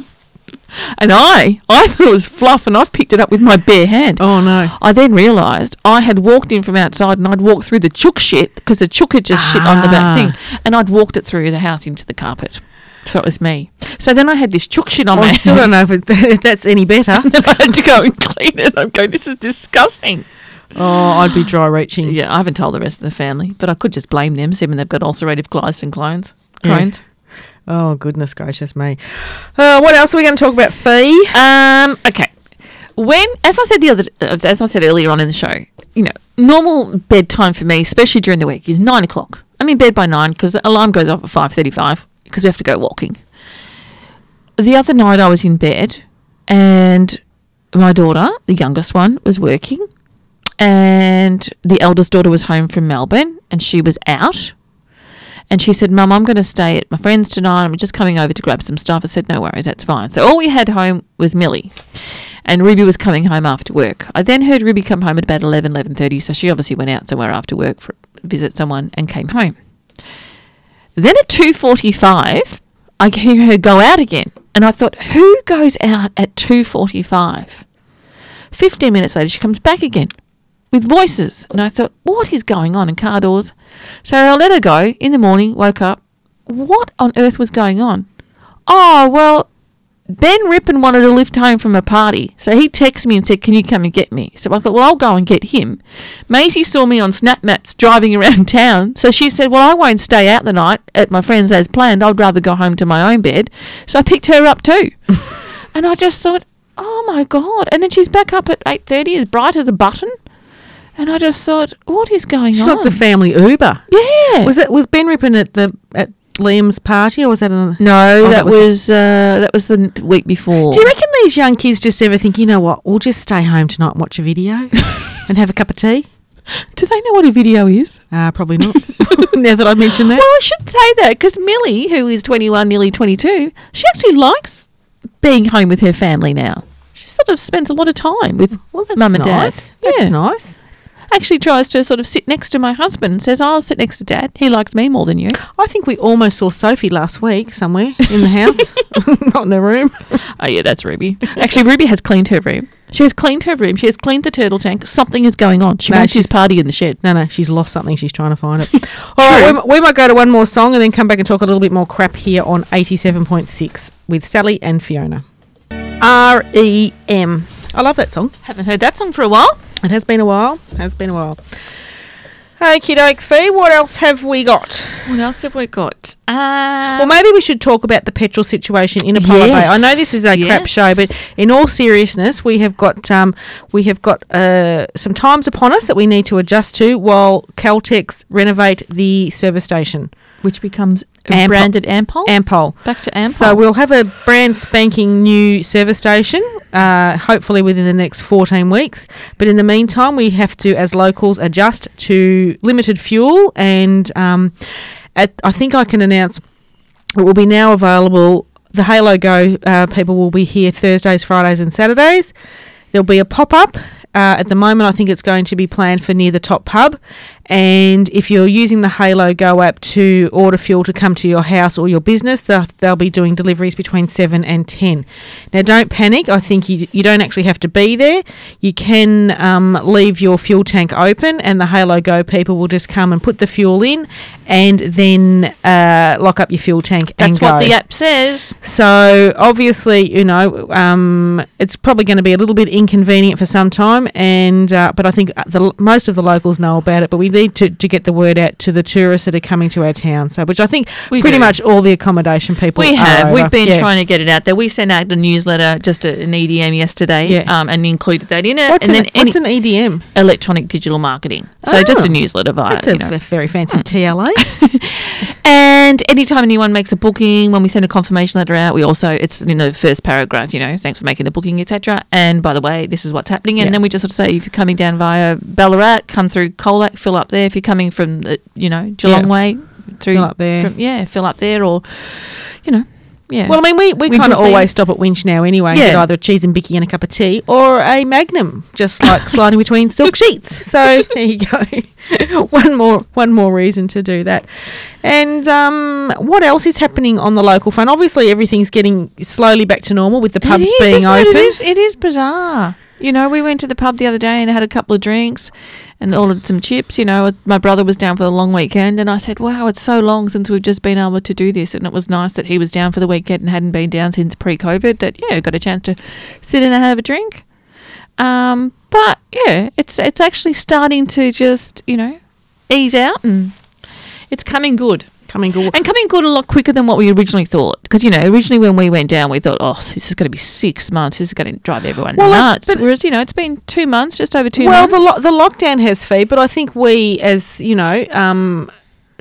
and I, I thought it was fluff and I've picked it up with my bare hand. Oh, no. I then realised I had walked in from outside and I'd walked through the chook shit because the chook had just shit on the Ah. back thing and I'd walked it through the house into the carpet. So it was me. So then I had this chook shit on my I still hand. don't know if, it, if that's any better. And I had to go and clean it. I'm going, this is disgusting. Oh, I'd be dry reaching. Yeah, I haven't told the rest of the family, but I could just blame them, seeing they've got ulcerative colitis and clones. Crohn's. Oh, goodness gracious me. Uh, what else are we going to talk about? Fee? Um, okay. When, as I said the other, uh, as I said earlier on in the show, you know, normal bedtime for me, especially during the week, is nine o'clock. I'm in bed by nine because the alarm goes off at five thirty-five because we have to go walking. The other night I was in bed, and my daughter, the youngest one, was working, and the eldest daughter was home from Melbourne, and she was out. And she said, Mum, I'm going to stay at my friend's tonight. I'm just coming over to grab some stuff. I said, No worries, that's fine. So all we had home was Millie. And Ruby was coming home after work. I then heard Ruby come home at about 11, 11.30. So she obviously went out somewhere after work for visit someone and came home. Then at 2.45, I hear her go out again. And I thought, who goes out at 2.45? 15 minutes later, she comes back again with voices. And I thought, what is going on in car doors? So I let her go in the morning, woke up. What on earth was going on? Oh, well, Ben Rippon wanted a lift home from a party, so he texted me and said, Can you come and get me? So I thought, Well, I'll go and get him. Maisie saw me on Snap Maps driving around town, so she said, Well, I won't stay out the night at my friend's as planned. I'd rather go home to my own bed. So I picked her up too. and I just thought, Oh my God. And then she's back up at 8.30, as bright as a button. And I just thought, What is going She's on? like the family Uber. yeah. Was it was Ben Rippon at the at Liam's party or was that another? no, Oh, that, that was- was, uh, that was the n- week before. Do you reckon these young kids just ever think, you know what, we'll just stay home tonight and watch a video and have a cup of tea? Do they know what a video is? Uh, probably not. now that I mentioned that. Well, I should say that because Millie, who is 21, nearly 22, she actually likes being home with her family now. She sort of spends a lot of time with mum and nice. dad. That's yeah. nice. Actually tries to sort of sit next to my husband and says, I'll sit next to dad. He likes me more than you. I think we almost saw Sophie last week somewhere in the house, not in the room. Oh, yeah, that's Ruby. Actually, Ruby has cleaned her room. She has cleaned her room. She has cleaned the turtle tank. Something is going on. She No, wants she's- his party in the shed. No, no, she's lost something. She's trying to find it. All right, we, m- we might go to one more song and then come back and talk a little bit more crap here on 87.6 with Sally and Fiona. R E M. I love that song. Haven't heard that song for a while. It has been a while. Has been a while. Okie doke, Fee. What else have we got? What else have we got? Uh, Well, maybe we should talk about the petrol situation in Apollo Bay. I know this is a crap Yes. show, but in all seriousness, we have got um, we have got uh, some times upon us that we need to adjust to while Caltex renovate the service station. which becomes Ampol- branded Ampol. Ampol. Back to Ampol. So we'll have a brand spanking new service station, uh, hopefully within the next 14 weeks. But in the meantime, we have to, as locals, adjust to limited fuel. And um, at, I think I can announce it will be now available. The Halo Go uh, people will be here Thursdays, Fridays, and Saturdays. There'll be a pop up. Uh, at the moment, I think it's going to be planned for near the top pub. And if you're using the Halo Go app to order fuel to come to your house or your business, they'll, they'll be doing deliveries between 7 and 10. Now, don't panic. I think you, you don't actually have to be there. You can um, leave your fuel tank open, and the Halo Go people will just come and put the fuel in and then uh, lock up your fuel tank and That's go. what the app says. So obviously, you know, um, it's probably going to be a little bit inconvenient for some time, and uh, but I think the, most of the locals know about it. But we need to, to get the word out to the tourists that are coming to our town. So, which I think We pretty do. much all the accommodation people We are have. We've over. been Yeah. trying to get it out there. We sent out a newsletter, just a, an EDM yesterday, Yeah. um, and included that in it. What's, and an, then any what's an E EDM? electronic digital marketing. So just Oh. a newsletter via. That's a Uh, you know. Hmm. v- very fancy TLA. And anytime anyone makes a booking, when we send a confirmation letter out, we also it's in the first paragraph, you know, thanks for making the booking, etc. And by the way, this is what's happening. And Yeah. then we just sort of say, if you're coming down via Ballarat, come through Colac, fill up there. If you're coming from the, you know, Geelong Yeah. way, through Fill up there. from- yeah, fill up there, or you know, yeah. Well, I mean, we, we Winch kind of or sea? always stop at Winch now anyway. and Yeah. Get either a cheese and bicky and a cup of tea or a Magnum, just like sliding between silk sheets. So there you go. one more one more reason to do that. And um, what else is happening on the local front? Obviously, everything's getting slowly back to normal with the pubs It is, being isn't it? open. It is, it is bizarre. You know, we went to the pub the other day and had a couple of drinks and ordered some chips. You know, my brother was down for the long weekend, and I said, Wow, it's so long since we've just been able to do this. And it was nice that he was down for the weekend and hadn't been down since pre COVID, that, yeah, got a chance to sit in and have a drink. Um, but yeah, it's it's actually starting to just, you know, ease out and it's coming good. Coming to And coming good a lot quicker than what we originally thought. Because, you know, originally when we went down, we thought, oh, this is going to be six months. This is going to drive everyone Well, it- nuts. but- Whereas, you know, it's been two months, just over two well, months. the lo- the lockdown has fee, but I think we, as you know, um,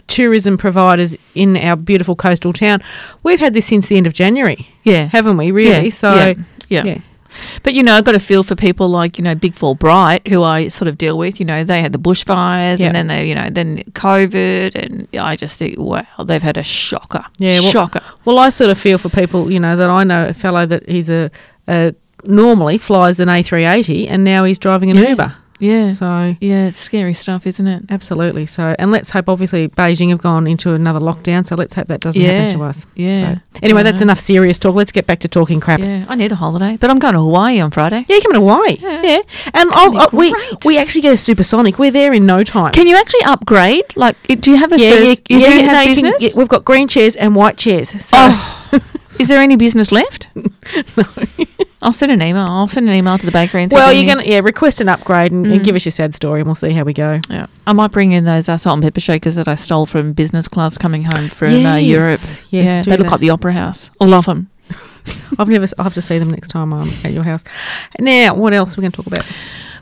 tourism providers in our beautiful coastal town, we've had this since the end of January, yeah. haven't we? yeah, Really? so. yeah, yeah. But, you know, I got a feel for people like, you know, Big Four Bright, who I sort of deal with. You know, they had the bushfires Yeah. and then they, you know, then COVID. And I just think, wow, they've had a shocker. Yeah, well- shocker. Well, I sort of feel for people, you know, that I know a fellow that he's a, a normally flies an A380 and now he's driving an Yeah. Uber. Yeah. So yeah, it's scary stuff, isn't it? absolutely. So and let's hope. Obviously, Beijing have gone into another lockdown. So let's hope that doesn't Yeah. happen to us. Yeah. So, anyway, Yeah. that's enough serious talk. Let's get back to talking crap. Yeah. Yeah, I need a holiday, but I'm going to Hawaii on Friday. you're coming to Hawaii. Yeah, Yeah. and I'll, be I'll- we great. we actually get a supersonic. We're there in no time. Can you actually upgrade? Like, i- do you have a yeah, first? yeah, you yeah, do no, have you can- business? yeah, we've got green chairs and white chairs. So, Oh, Is there any business left? I'll send an email. I'll send an email to the bakery and Well, tell them you're gonna yes. yeah request an upgrade and, Mm. and give us your sad story, and we'll see how we go. Yeah. I might bring in those uh, salt and pepper shakers that I stole from business class coming home from uh, Yes. Europe. Yes, yeah, do they look that. like the Opera House. I love them. I've never. s- I'll have to see them next time I'm at your house. Now, what else are we going to talk about?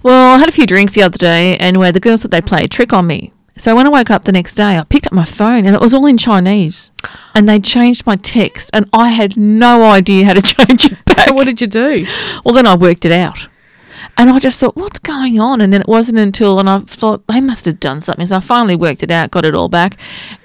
Well, I had a few drinks the other day, and where the girls that they played trick on me. So when I woke up the next day, I picked up my phone, and it was all in Chinese, and they changed my text, and I had no idea how to change it back. So, what did you do? Well, then I worked it out. And I just thought, what's going on? And then it wasn't until, and I thought, they must have done something. So I finally worked it out, got it all back.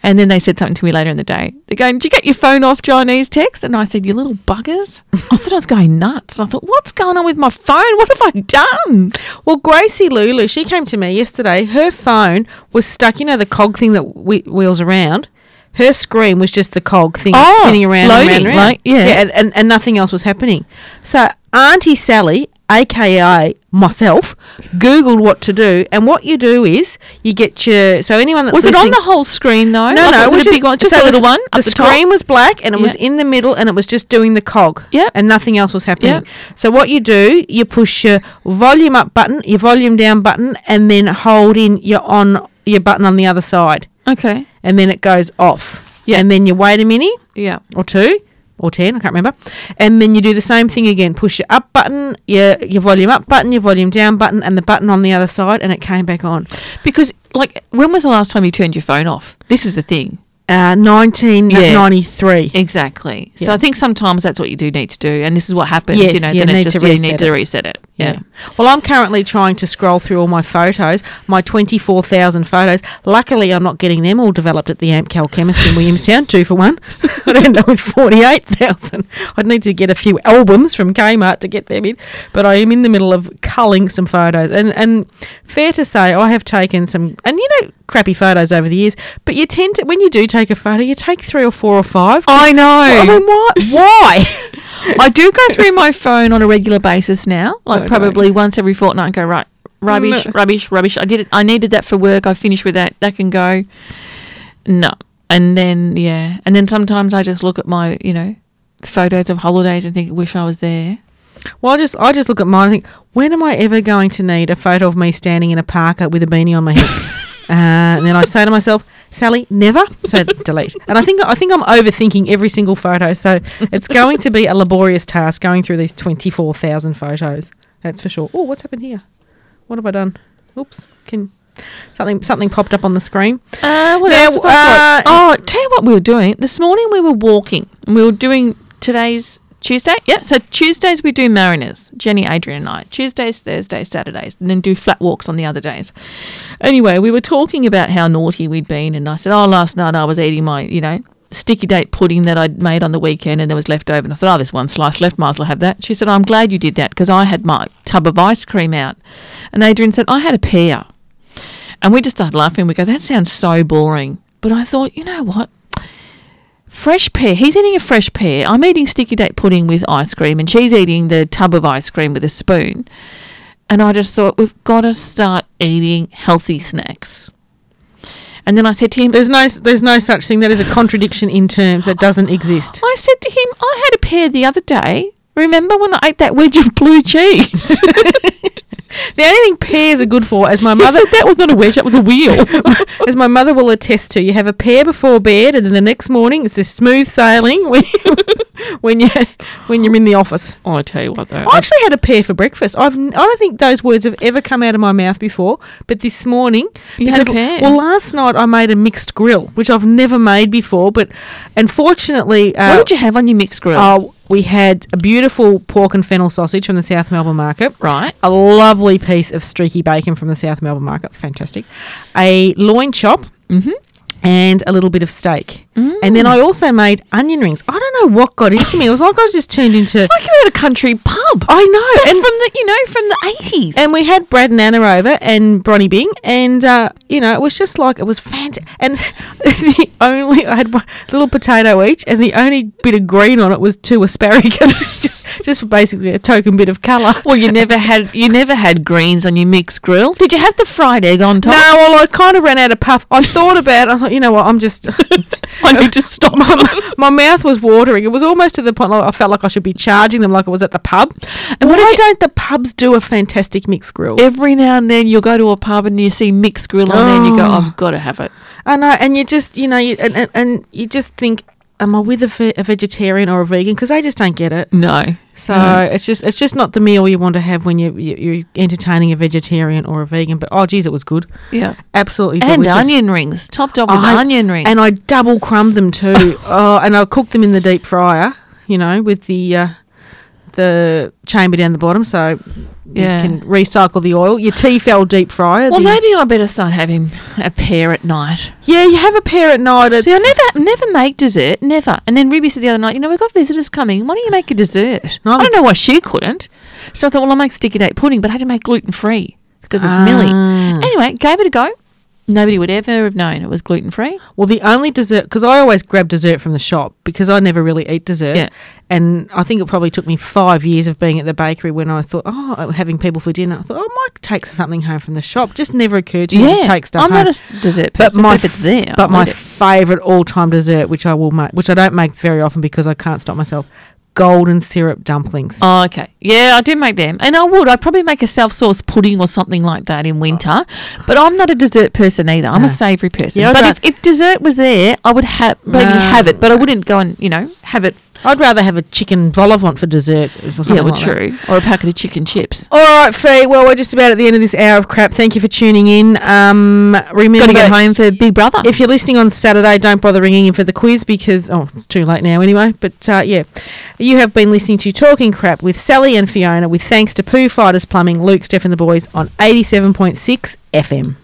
And then they said something to me later in the day. They're going, Did you get your phone off Chinese text? And I said, You little buggers. I thought I was going nuts. And I thought, What's going on with my phone? What have I done? Well, Gracie Lulu, she came to me yesterday. Her phone was stuck. You know the cog thing that whe wheels around. Her screen was just the cog thing Oh, spinning around, and loading, around, and around. like, yeah. and, and, and nothing else was happening. So Auntie Sally, aka myself, googled what to do. And what you do is you get your. So anyone that's Was it on listening- the whole screen, though? No, Like, no, was it a big one? Just so a the little s- one? The, up top? screen was black and it was Yeah. in the middle and it was just doing the cog. Yep. And nothing else was happening. Yep. So what you do, you push your volume up button, your volume down button, and then hold in your on your button on the other side. Okay. And then it goes off. Yeah. And then you wait a minute Yeah. or two or ten, I can't remember. And then you do the same thing again. Push your up button, your your volume up button, your volume down button, and the button on the other side, and it came back on. Because, like, when was the last time you turned your phone off? This is the thing. Uh, nineteen Yeah. ninety three. Exactly. So Yeah. I think sometimes that's what you do need to do, and this is what happens. Yes, you know, you then need it just to you reset need it. to reset it. Yeah. Yeah. Well, I'm currently trying to scroll through all my photos, my 24,000 photos. Luckily, I'm not getting them all developed at the AmpCal chemist in Williamstown, two for one. I'd end up with 48,000. I'd need to get a few albums from Kmart to get them in, but I am in the middle of culling some photos. And, and fair to say, I have taken some, and you know, crappy photos over the years, but you tend to, when you do take a photo, you take three or four or five. I I know. mean, why? Why? I do go through my phone on a regular basis now, I like know. probably once every fortnight. I go right, rubbish, No. rubbish, rubbish. I did it. I needed that for work. I finished with that. That can go. No, and then yeah, and then sometimes I just look at my you know photos of holidays and think, wish I was there. Well, I just I just look at mine and think, when am I ever going to need a photo of me standing in a parka with a beanie on my head? uh, and then I say to myself, Sally, never. So delete. And I think I think I'm overthinking every single photo. So it's going to be a laborious task going through these twenty four thousand photos. That's for sure. Oh, what's happened here? What have I done? Oops. Can something something popped up on the screen? Uh, what Now, else have I uh, got? oh, tell you what we were doing. This morning we were walking and we were doing today's Tuesday. Yep. So Tuesdays we do mariners, Jenny, Adrian, and I. Tuesdays, Thursdays, Saturdays, and then do flat walks on the other days. Anyway, we were talking about how naughty we'd been, and I said, "Oh, last night I was eating my, you know." Sticky date pudding that I'd made on the weekend and there was left over. And I thought, oh, there's one slice left, might as well have that. She said, "Oh, I'm glad you did that because I had my tub of ice cream out. And Adrian said, I had a pear. And we just started laughing. We go, that sounds so boring. But I thought, you know what? Fresh pear. He's eating a fresh pear. I'm eating sticky date pudding with ice cream, and she's eating the tub of ice cream with a spoon. And I just thought, we've got to start eating healthy snacks. And then I said to him, There's no there's no such thing. That is a contradiction in terms that doesn't exist. I said to him, I had a pear the other day. Remember when I ate that wedge of blue cheese? The only thing pears are good for, as my I mother said, that was not a wedge, that was a wheel. as my mother will attest to, you have a pear before bed, and then the next morning it's just smooth sailing when, when you when you're in the office. oh, I tell you what, though. I actually had a pear for breakfast. I've n- I don't think those words have ever come out of my mouth before, but this morning You had a pear? Well, last night I made a mixed grill, which I've never made before, but unfortunately, uh, what did you have on your mixed grill? Oh, we had a beautiful pork and fennel sausage from the South Melbourne market. Right. A lovely piece of streaky bacon from the South Melbourne market. Fantastic. A loin chop. Mm-hmm. And a little bit of steak. Mm. And then I also made onion rings. I don't know what got into me. It was like I was just turned into. like you're at a country pub. I know. and And from the you know from the eighties. and we had Brad and Anna over and Bronny Bing, and uh, you know it was just like it was fantastic. And the only I had one little potato each, and the only bit of green on it was two asparagus. just just basically a token bit of colour. Well, you never had you never had greens on your mixed grill. Did you have the fried egg on No, top? well, I kind of ran out of puff. I thought about it. I thought, you know what? I'm just. I need to stop. my, m- my mouth was watering. It was almost to the point like I felt like I should be charging them like I was at the pub. And why What did you- don't the pubs do a fantastic mixed grill? Every now and then you'll go to a pub and you see mixed grill on there and you go, Oh. I've got to have it. I know, and you just you know, you, and, and, and you just think, am I with a, ve- a vegetarian or a vegan? Because they just don't get it. No. So Mm-hmm. it's just it's just not the meal you want to have when you, you you're entertaining a vegetarian or a vegan. But oh, geez, it was good. Yeah. Absolutely And delicious. onion rings, topped off with I- onion rings. and I double crumbed them too. oh, and I cooked them in the deep fryer, you know, with the uh, the chamber down the bottom, so Yeah. you can recycle the oil. Your TFL deep fryer. well, the- maybe I better start having a pear at night. yeah, you have a pair at night. It's, See, I never never make dessert, never. And then Ruby said the other night, you know, we've got visitors coming. Why don't you make a dessert? No, I don't know why she couldn't. So I thought, well, I'll make sticky date pudding, but I had to make gluten free because of Millie. Anyway, gave it a go. Nobody would ever have known it was gluten free. Well, the only dessert because I always grab dessert from the shop because I never really eat dessert. Yeah. And I think it probably took me five years of being at the bakery when I thought, oh, having people for dinner. I thought, oh, I might take something home from the shop. Just never occurred to me to take stuff I'm home. not a s- dessert person, but, if it's there, but I'll my eat it. favorite all-time dessert, which I will make, which I don't make very often because I can't stop myself, golden syrup dumplings. Oh, okay. Yeah, I do make them. And I would. I'd probably make a self sauce pudding or something like that in winter. But I'm not a dessert person either. I'm a savoury person. Oh. Yeah, I Ah. but don't- if, if dessert was there, I would ha- maybe No. have it. But I wouldn't go and, you know, have it. I'd rather have a chicken vol au vent for dessert. Or something yeah, well, like that. true. Or a packet of chicken chips. All right, Fee. Well, we're just about at the end of this hour of crap. Thank you for tuning in. Um, remember, Got to get home for Big Brother. If you're listening on Saturday, don't bother ringing in for the quiz because, oh, it's too late now anyway. But uh, yeah, you have been listening to Talking Crap with Sally and Fiona with thanks to Pooh Fighters Plumbing, Luke, Steph, and the boys on 87.6 FM.